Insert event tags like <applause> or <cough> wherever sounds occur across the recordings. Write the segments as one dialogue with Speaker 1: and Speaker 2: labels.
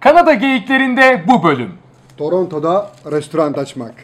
Speaker 1: Kanada geyiklerinde bu bölüm.
Speaker 2: Toronto'da restoran açmak.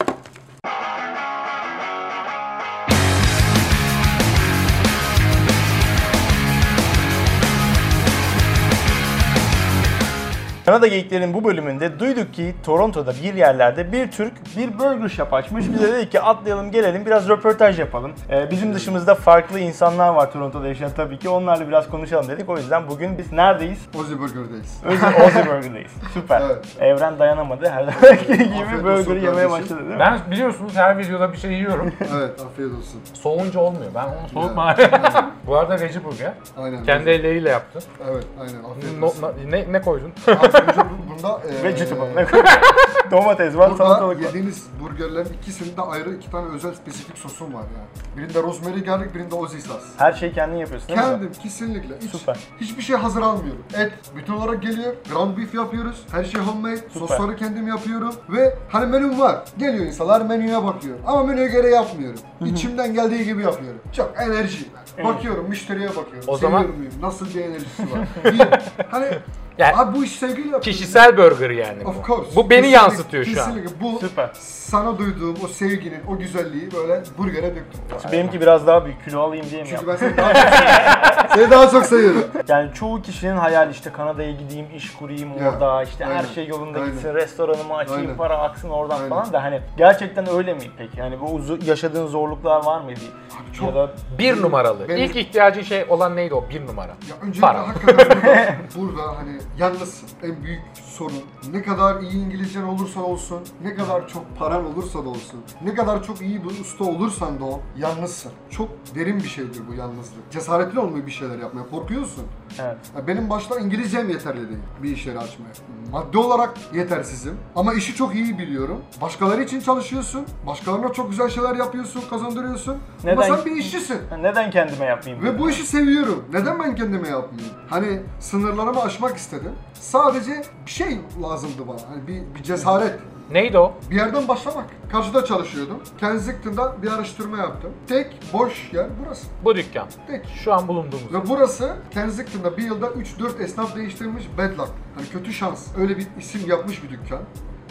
Speaker 3: Kanada Geyikler'in bu bölümünde duyduk ki Toronto'da bir yerlerde bir Türk bir burger shop açmış. Biz de dedik ki atlayalım gelelim biraz röportaj yapalım. Ee, bizim dışımızda farklı insanlar var Toronto'da yaşayan tabii ki. Onlarla biraz konuşalım dedik. O yüzden bugün biz neredeyiz?
Speaker 2: Ozzy Burger'dayız.
Speaker 3: Özü
Speaker 2: <laughs>
Speaker 3: Ozzy Burger'dayız. Süper.
Speaker 2: Evet.
Speaker 3: Evren dayanamadı. Her zamanki gibi
Speaker 2: olsun
Speaker 3: burger yemeye
Speaker 2: kardeşim.
Speaker 3: başladı değil mi?
Speaker 4: Ben biliyorsunuz her videoda bir
Speaker 1: <laughs>
Speaker 4: şey yiyorum.
Speaker 2: Evet afiyet olsun.
Speaker 4: Soğunca olmuyor. Ben onu soğuk
Speaker 2: Evet.
Speaker 4: ma- <laughs> Bu arada Recep Burger.
Speaker 2: Aynen.
Speaker 4: Kendi elleriyle yaptı.
Speaker 2: Evet aynen afiyet
Speaker 4: No-
Speaker 2: olsun.
Speaker 4: na- ne, ne koydun? <laughs>
Speaker 2: <laughs> Aslında bunda eee,
Speaker 3: Vegetable. Ne koyuyor? <laughs> Domates var,
Speaker 2: Burada
Speaker 3: salatalık var.
Speaker 2: yediğiniz burgerlerin ikisinde ayrı iki tane özel spesifik sosum var yani. Birinde rosemary garlic, birinde Ozzy sos.
Speaker 3: Her şeyi kendin yapıyorsun değil mi?
Speaker 2: Kendim kesinlikle. Hiç,
Speaker 3: Süper.
Speaker 2: Hiçbir şey hazır almıyorum. Et bütün olarak geliyor. Ground beef yapıyoruz. Her şey homemade. Sosları kendim yapıyorum. Ve hani menüm var. Geliyor insanlar menüye bakıyor. Ama menüye göre yapmıyorum. İçimden geldiği gibi yapıyorum. Çok enerji. Bakıyorum, müşteriye bakıyorum.
Speaker 4: O
Speaker 2: O
Speaker 4: zaman-
Speaker 2: muyum? Nasıl bir
Speaker 4: <laughs>
Speaker 2: enerjisi var? İyi. hani
Speaker 4: Yani-
Speaker 2: abi bu iş sevgiyle yapıyorum.
Speaker 4: Kişisel burger yani bu.
Speaker 2: Of
Speaker 4: Bu
Speaker 2: course.
Speaker 4: beni
Speaker 2: Kesinlikle-
Speaker 4: yansıtıyor şu an.
Speaker 2: Kesinlikle bu
Speaker 3: Süper.
Speaker 2: sana duyduğum o sevginin, o güzelliği böyle burgere döktüm.
Speaker 3: Benimki biraz daha büyük. Kilo alayım diye mi
Speaker 2: Çünkü
Speaker 3: yaptın?
Speaker 2: ben seni daha çok
Speaker 3: <laughs>
Speaker 2: seviyorum. seni daha çok seviyorum.
Speaker 3: Yani çoğu kişinin hayali işte Kanada'ya gideyim, iş kurayım
Speaker 2: Ya,
Speaker 3: orada, işte her
Speaker 2: aynen,
Speaker 3: şey yolunda
Speaker 2: aynen.
Speaker 3: gitsin, restoranımı açayım,
Speaker 2: Aynen.
Speaker 3: para aksın oradan
Speaker 2: Aynen.
Speaker 3: falan da hani gerçekten öyle mi peki? Hani bu uzu- yaşadığın zorluklar var mıydı?
Speaker 2: çok-
Speaker 3: Ya da
Speaker 4: Bir numaralı.
Speaker 2: Benim-
Speaker 4: İlk ihtiyacı şey olan neydi o? Bir numara.
Speaker 2: Ya öncelikle
Speaker 4: Para.
Speaker 2: hakikaten burada, burada hani yalnızsın. En büyük sorun ne kadar iyi İngilizcen olursa olsun, ne kadar çok paran olursa da olsun, ne kadar çok iyi bir usta olursan da o yalnızsın. Çok derin bir şeydir bu yalnızlık. Cesaretli olmayı bir şeyler yapmaya korkuyorsun.
Speaker 3: evet.
Speaker 2: Ya benim başta İngilizcem yeterli değil bir iş yeri açmaya. Maddi olarak yetersizim ama işi çok iyi biliyorum. Başkaları için çalışıyorsun, başkalarına çok güzel şeyler yapıyorsun, kazandırıyorsun.
Speaker 3: Neden-
Speaker 2: Ama sen bir işçisin.
Speaker 3: Ha, Neden kendime yapmayayım?
Speaker 2: Ve
Speaker 3: diyorum.
Speaker 2: bu işi seviyorum. Neden ben kendime yapmayayım? Hani sınırlarımı aşmak istedim. Sadece bir şey lazımdı bana. Hani bir, bir cesaret.
Speaker 4: Neydi o?
Speaker 2: Bir yerden başlamak. Karşıda çalışıyordum. Kensington'da bir araştırma yaptım. Tek boş yer burası.
Speaker 4: Bu dükkan.
Speaker 2: Tek.
Speaker 4: Şu an bulunduğumuz.
Speaker 2: Ve burası Kensington'da bir yılda 3-4 esnaf değiştirmiş bad luck. Hani kötü şans. Öyle bir isim yapmış bir dükkan.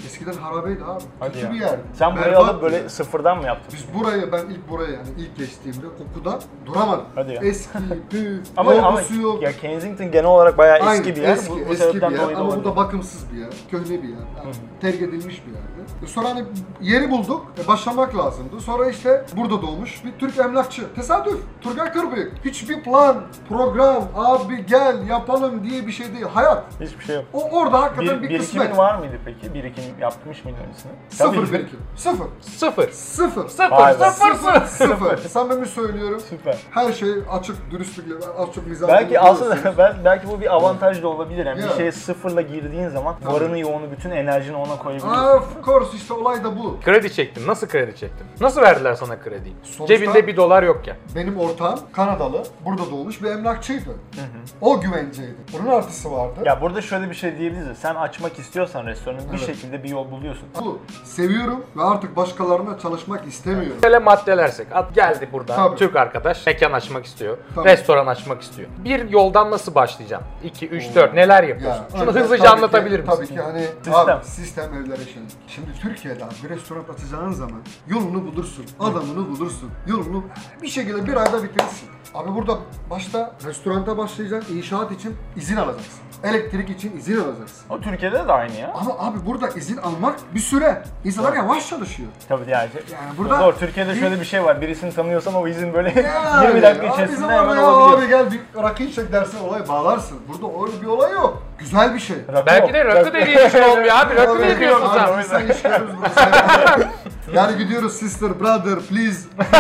Speaker 2: Eskiden harabeydi abi.
Speaker 3: Hadi
Speaker 2: kötü
Speaker 3: ya.
Speaker 2: bir yerdi.
Speaker 3: Sen burayı
Speaker 2: Berbat
Speaker 3: alıp
Speaker 2: bir
Speaker 3: böyle
Speaker 2: yer.
Speaker 3: sıfırdan mı yaptın?
Speaker 2: Biz buraya, ben ilk buraya yani ilk geçtiğimde kokuda duramadım.
Speaker 3: Hadi ya.
Speaker 2: Eski, püf,
Speaker 3: Ama, ama
Speaker 2: yorgusu yok.
Speaker 3: ya Kensington genel olarak bayağı eski
Speaker 2: Aynen,
Speaker 3: bir yer.
Speaker 2: Eski,
Speaker 3: bu, bu
Speaker 2: eski bir
Speaker 3: sebepten
Speaker 2: yer
Speaker 3: dolayı da
Speaker 2: ama bu
Speaker 3: olabilir.
Speaker 2: da bakımsız bir yer. Köhne bir yer. Yani terk edilmiş bir yerdi. E Sonra hani yeri bulduk. e, Başlamak lazımdı. Sonra işte burada doğmuş bir Türk emlakçı. Tesadüf. Turgay Kırbıyık. Hiçbir plan, program, abi gel yapalım diye bir şey değil. Hayat.
Speaker 3: Hiçbir şey yok.
Speaker 2: O orada hakikaten
Speaker 3: Bir,
Speaker 2: bir,
Speaker 3: birikimin
Speaker 2: kısmet.
Speaker 3: var mıydı peki? Birikim yapmış mıydın öncesinde?
Speaker 2: Sıfır
Speaker 3: Tabii.
Speaker 2: birikim. Sıfır.
Speaker 4: Sıfır.
Speaker 2: Sıfır.
Speaker 4: Sıfır.
Speaker 3: Vay be.
Speaker 4: Sıfır.
Speaker 2: Sıfır.
Speaker 4: Sıfır.
Speaker 2: Sıfır. Samimi söylüyorum.
Speaker 3: Süper.
Speaker 2: Her şey açık dürüstlükle, açık mizahla.
Speaker 3: Belki
Speaker 2: yapıyorsunuz.
Speaker 3: <laughs> aslında bel- belki bu bir avantaj da olabilir. Yani
Speaker 2: Ya.
Speaker 3: bir şeye sıfırla girdiğin zaman varını yoğunu bütün enerjini ona koyabiliyorsun.
Speaker 2: Aa, Of course işte olay da bu.
Speaker 4: Kredi çektin. Nasıl kredi çektin? Nasıl verdiler sana krediyi?
Speaker 2: Sonuçta-
Speaker 4: Cebinde bir dolar yokken.
Speaker 2: Benim ortağım Kanadalı, burada doğmuş bir emlakçıydı. O güvenceydi. Bunun artısı vardı.
Speaker 3: Ya burada şöyle bir şey diyebiliriz. Sen açmak istiyorsan restoranı bir
Speaker 2: Evet.
Speaker 3: şekilde bir yol buluyorsun.
Speaker 2: Bu seviyorum ve artık başkalarına çalışmak istemiyorum.
Speaker 4: Şöyle maddelersek. At geldi buradan.
Speaker 2: Tabii.
Speaker 4: Türk arkadaş mekan açmak istiyor.
Speaker 2: Tabii.
Speaker 4: Restoran açmak istiyor. Bir yoldan nasıl başlayacağım? 2, 3, 4 neler yapıyorsun? Şunu
Speaker 2: önce
Speaker 4: hızlıca
Speaker 2: tabii
Speaker 4: anlatabilir
Speaker 2: ki,
Speaker 4: misin?
Speaker 2: Tabii ki hani
Speaker 3: Sistem.
Speaker 2: abi sistem evlere şeylik. Şimdi Türkiye'de abi bir restoran açacağın zaman yolunu bulursun, adamını bulursun, yolunu bir şekilde bir ayda bitirirsin. Abi burada başta restoranta başlayacaksın, inşaat için izin alacaksın. Elektrik için izin alacaksın.
Speaker 3: O Türkiye'de de aynı ya.
Speaker 2: Ama abi burada izin almak bir süre. İnsanlar yavaş çalışıyor.
Speaker 3: Tabii yani.
Speaker 2: Yani burada-
Speaker 3: Zor. Türkiye'de şöyle bir şey var. Birisini tanıyorsan o izin böyle <laughs>
Speaker 2: Yani,
Speaker 3: 20 dakika
Speaker 2: abi
Speaker 3: içerisinde
Speaker 2: zaman
Speaker 3: hemen
Speaker 2: ya,
Speaker 3: olabiliyor.
Speaker 2: Abi gel bir rakı içecek dersin olaya bağlarsın. Burada öyle bir olay yok. Güzel bir şey.
Speaker 3: Rakı
Speaker 4: Belki
Speaker 3: yok.
Speaker 4: de rakı dediğin için olmuyor abi. Rakı
Speaker 2: Abi,
Speaker 4: ne diyorsun
Speaker 2: abi,
Speaker 4: sen?
Speaker 2: biz sen işliyoruz burası.
Speaker 3: <laughs>
Speaker 2: Yani gidiyoruz sister, brother, please. <laughs>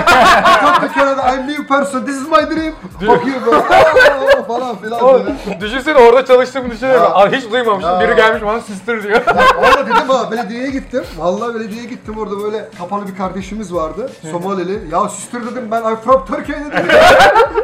Speaker 2: Come to Canada, I'm new person, this is my dream. Bakıyor böyle <laughs> "Aa!" falan filan böyle.
Speaker 4: Düşünsene orada çalıştığımı düşünüyorum.
Speaker 2: Ya.
Speaker 4: Abi hiç duymamıştım.
Speaker 2: Ya.
Speaker 4: Biri gelmiş bana sister
Speaker 2: <laughs>
Speaker 4: diyor.
Speaker 2: Orada dedim ha belediyeye gittim. Vallahi belediyeye gittim orada böyle kapalı bir kardeşimiz vardı. Somalili. Ya sister dedim ben I'm from Turkey dedim. <laughs>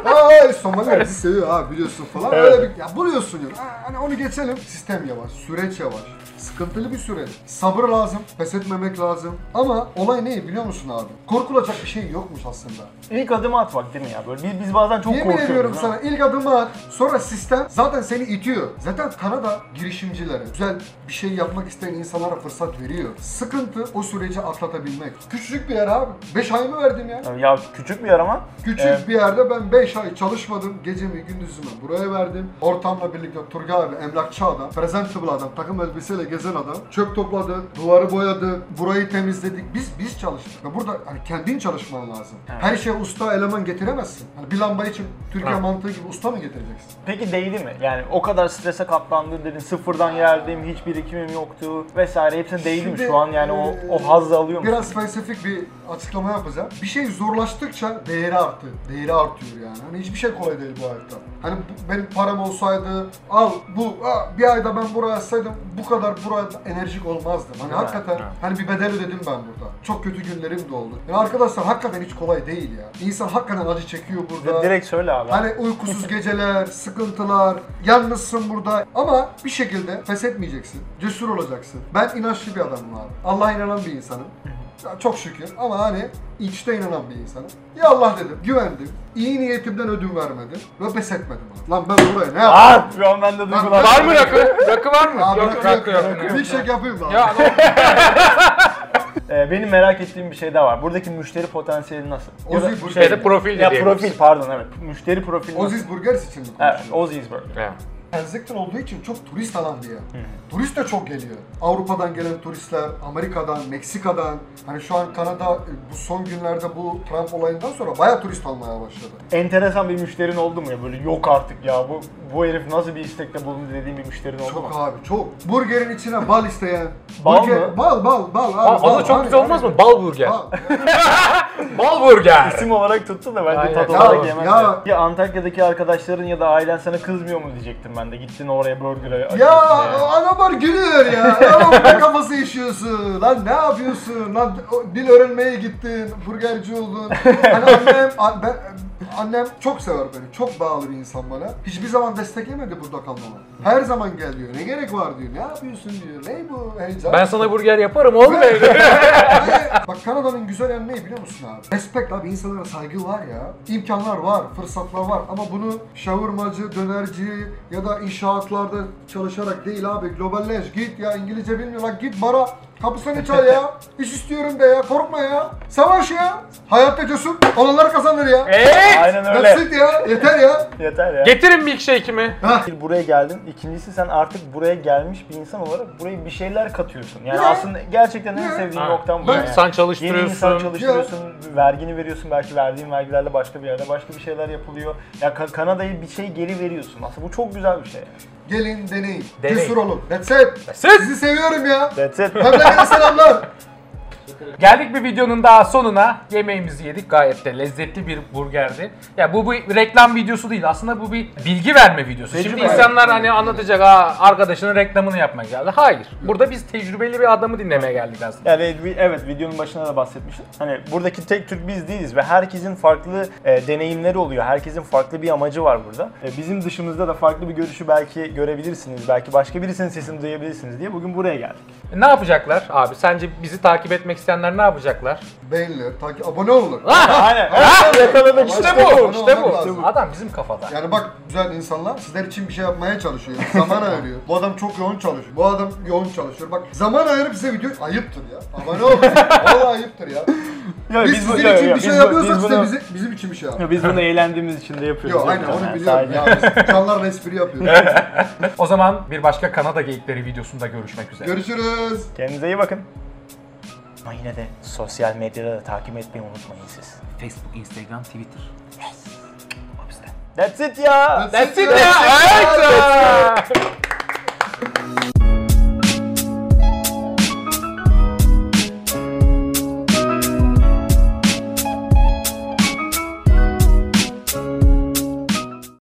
Speaker 2: Ay Somaliler bizi seviyor ha biliyorsun falan. Öyle bir ya buluyorsun ya. Ha, Hani onu geçelim. Sistem yavaş, süreç yavaş. Sıkıntılı bir süreç. Sabır lazım, pes etmemek lazım. Ama Olay ne biliyor musun abi? Korkulacak bir şey yokmuş aslında.
Speaker 3: İlk adımı at bak değil mi ya? Böyle biz, biz bazen çok
Speaker 2: Yemin
Speaker 3: korkuyoruz.
Speaker 2: ediyorum
Speaker 3: ha.
Speaker 2: sana ilk adımı at. Sonra sistem zaten seni itiyor. Zaten Kanada girişimcilere, güzel bir şey yapmak isteyen insanlara fırsat veriyor. Sıkıntı o süreci atlatabilmek. Küçücük bir yer abi. 5 ay mı verdim ya?
Speaker 3: Ya küçük bir yer ama.
Speaker 2: Küçük
Speaker 3: Evet.
Speaker 2: bir yerde ben 5 ay çalışmadım. Gecemi gündüzümü buraya verdim. Ortamla birlikte Turgay abi emlakçı adam, presentable adam, takım elbiseyle gezen adam. Çöp topladı, duvarı boyadı, burayı temizledik. Biz biz çalıştık. Ya burada hani kendin çalışman lazım.
Speaker 3: Evet.
Speaker 2: Her şeye usta eleman getiremezsin. Hani bir lamba için Türkiye mantığı gibi usta mı getireceksin?
Speaker 3: Peki değdi mi? Yani o kadar strese katlandım dedin, sıfırdan yerdim, hiç birikimim yoktu vesaire. Hepsine değdi mi
Speaker 2: Şimdi,
Speaker 3: şu an yani o,
Speaker 2: e,
Speaker 3: o hazzı alıyor musun?
Speaker 2: Biraz felsefik bir açıklama yapacağım. Bir şey zorlaştıkça değeri arttı. Değeri artıyor yani. Hani hiçbir şey kolay değil bu hayatta. Hani bu- benim param olsaydı al bu aa, bir ayda ben buraya atsaydım bu kadar buraya enerjik olmazdım. Hani
Speaker 3: Evet,
Speaker 2: hakikaten
Speaker 3: evet.
Speaker 2: hani bir bedel ödedim ben burada. Çok kötü günlerim de oldu. Yani arkadaşlar hakikaten hiç kolay değil ya. İnsan hakikaten acı çekiyor burada.
Speaker 3: Direkt söyle abi.
Speaker 2: Hani uykusuz geceler, sıkıntılar, yalnızsın burada. Ama bir şekilde pes etmeyeceksin. Cesur olacaksın. Ben inançlı bir adamım abi. Allah'a inanan bir insanım. Ya Çok şükür ama hani içte inanan bir insanım. Ya Allah dedim, güvendim. İyi niyetimden ödün vermedim ve pes etmedim. abi. Lan ben buraya ne yaptım?
Speaker 3: Aa, şu an bende duygular.
Speaker 2: ben-
Speaker 4: Var mı rakı? Rakı var mı?
Speaker 2: Abi
Speaker 4: yok,
Speaker 2: rakı
Speaker 4: rakı yok.
Speaker 2: yok. Milkshake yapayım mı abi?
Speaker 4: Ya ne oldu?
Speaker 3: Ee, benim merak ettiğim bir şey daha var. Buradaki müşteri potansiyeli nasıl?
Speaker 2: Ozi
Speaker 3: da şey-
Speaker 2: Burger.
Speaker 4: Ya da profil
Speaker 3: Ya
Speaker 4: dediğimiz.
Speaker 3: profil pardon evet. Müşteri profili nasıl?
Speaker 2: Oziz Burgers için mi
Speaker 3: Evet,
Speaker 2: konuşuyorsun?
Speaker 3: Ozi's Burger.
Speaker 4: Ya.
Speaker 2: Ensekton olduğu için çok turist alan bir yer. Turist de çok geliyor. Avrupa'dan gelen turistler, Amerika'dan, Meksika'dan. Hani şu an Kanada e, bu son günlerde bu Trump olayından sonra bayağı turist almaya başladı.
Speaker 3: Enteresan bir müşterin oldu mu ya böyle yok artık ya bu bu herif nasıl bir istekte bulundu dediğim bir müşterin oldu mu?
Speaker 2: Çok abi çok. Burgerin içine bal isteyen.
Speaker 3: Bal mı?
Speaker 2: Bal bal bal abi.
Speaker 4: Aa, adı çok
Speaker 2: Hani-
Speaker 4: güzel olmaz mı? Bal burger.
Speaker 2: Bal.
Speaker 4: Bal burger.
Speaker 3: İsim olarak tuttu da bence
Speaker 4: Aynen.
Speaker 3: tat
Speaker 4: Ya,
Speaker 3: olarak yemez.
Speaker 2: ya.
Speaker 3: Ya. ya Antakya'daki arkadaşların ya da ailen sana kızmıyor mu diyecektim ben de. Gittin oraya burger'a.
Speaker 2: Ya
Speaker 3: açıyorsun diye.
Speaker 2: adamlar gülüyor ya. Adamın ne kafası yaşıyorsun. Lan ne yapıyorsun? Lan o- dil öğrenmeye gittin. Burgerci oldun. Hani annem, an- ben, annem çok sever beni. Çok bağlı bir insan bana. Hiçbir zaman desteklemedi burada kalmamı. Her zaman gel diyor. Ne gerek var diyor. Ne yapıyorsun diyor. Ne bu heyecan?
Speaker 4: Ben sana burger yaparım oğlum.
Speaker 2: Yani Bak Kanada'nın güzel yanı ne biliyor musun abi? Respekt abi insanlara saygı var ya. İmkanlar var, fırsatlar var ama bunu şavurmacı, dönerci ya da inşaatlarda çalışarak değil abi. Globalleş git ya İngilizce bilmiyor lan git bara kapısını çal ya. İş istiyorum de ya korkma ya. Savaş ya. Hayatta cesur olanlar kazanır ya.
Speaker 4: Evet.
Speaker 3: Aynen öyle.
Speaker 2: That's it ya. Yeter ya.
Speaker 3: Yeter ya.
Speaker 4: Getirin milkshake'imi.
Speaker 3: Bir buraya geldin. İkincisi sen artık buraya gelmiş bir insan olarak buraya bir şeyler katıyorsun. Yani
Speaker 2: Ya.
Speaker 3: aslında gerçekten en
Speaker 2: Ya.
Speaker 3: sevdiğim
Speaker 4: Ha.
Speaker 3: noktam bu.
Speaker 2: Ben-
Speaker 3: yani.
Speaker 4: İnsan
Speaker 3: Yeni insan
Speaker 4: çalıştırıyorsun.
Speaker 3: çalıştırıyorsun, vergini veriyorsun. Belki verdiğin vergilerle başka bir yerde başka bir şeyler yapılıyor. Ya Ka- Kanada'ya bir şey geri veriyorsun. Aslında bu çok güzel bir şey.
Speaker 2: Gelin deneyin.
Speaker 4: Deneyin.
Speaker 2: Cesur olun. That's it.
Speaker 4: That's it.
Speaker 2: Sizi seviyorum ya.
Speaker 3: That's it.
Speaker 2: Memlekete selamlar.
Speaker 4: Geldik bir videonun daha sonuna. Yemeğimizi yedik. Gayet de lezzetli bir burgerdi. Ya bu bir reklam videosu değil. Aslında bu bir bilgi verme videosu. Şimdi
Speaker 3: Tecrübe.
Speaker 4: insanlar hani anlatacak ha arkadaşının reklamını yapmaya geldi. Hayır. Burada biz tecrübeli bir adamı dinlemeye geldik aslında.
Speaker 3: Yani vi- evet videonun başına da bahsetmiştim. Hani buradaki tek Türk biz değiliz ve herkesin farklı e, deneyimleri oluyor. Herkesin farklı bir amacı var burada. E, bizim dışımızda da farklı bir görüşü belki görebilirsiniz. Belki başka birisinin sesini duyabilirsiniz diye bugün buraya geldik.
Speaker 4: E, Ne yapacaklar abi? Sence bizi takip etmek isteyenler ne yapacaklar?
Speaker 2: Beğenilir, takip, abone olun.
Speaker 3: <laughs> Aynen. Evet, Yakaladık
Speaker 4: İşte
Speaker 2: İşte
Speaker 4: bu.
Speaker 2: bu,
Speaker 4: İşte
Speaker 2: işte
Speaker 4: bu.
Speaker 2: bu.
Speaker 4: Adam bizim kafada.
Speaker 2: Yani bak güzel insanlar sizler için bir şey yapmaya çalışıyor. Zaman ayırıyor. Bu adam çok yoğun çalışıyor. Bu adam yoğun çalışıyor. Bak zaman ayırıp size video ayıptır ya. Abone olun. Valla ayıptır
Speaker 3: <laughs>
Speaker 2: ya.
Speaker 3: Yo,
Speaker 2: Biz,
Speaker 3: bu-
Speaker 2: sizin
Speaker 3: yo,
Speaker 2: için
Speaker 3: yo,
Speaker 2: bir şey
Speaker 3: biz bu-
Speaker 2: yapıyorsak
Speaker 3: biz
Speaker 2: size
Speaker 3: bunu-
Speaker 2: bizi, bizim için bir şey yapın.
Speaker 3: Yo, Biz bunu eğlendiğimiz için de yapıyoruz.
Speaker 2: Yok aynen
Speaker 3: Yok, yani
Speaker 2: onu biliyorum
Speaker 3: sadece-
Speaker 2: ya. Biz canlarla espri yapıyoruz.
Speaker 4: O zaman bir başka Kanada geyikleri videosunda görüşmek üzere.
Speaker 2: Görüşürüz.
Speaker 3: Kendinize iyi bakın. Ama yine de sosyal medyada da takip etmeyi unutmayın siz.
Speaker 4: Facebook, Instagram, Twitter.
Speaker 3: That's it ya.
Speaker 4: That's it ya.
Speaker 2: That's it ya.
Speaker 4: Evet.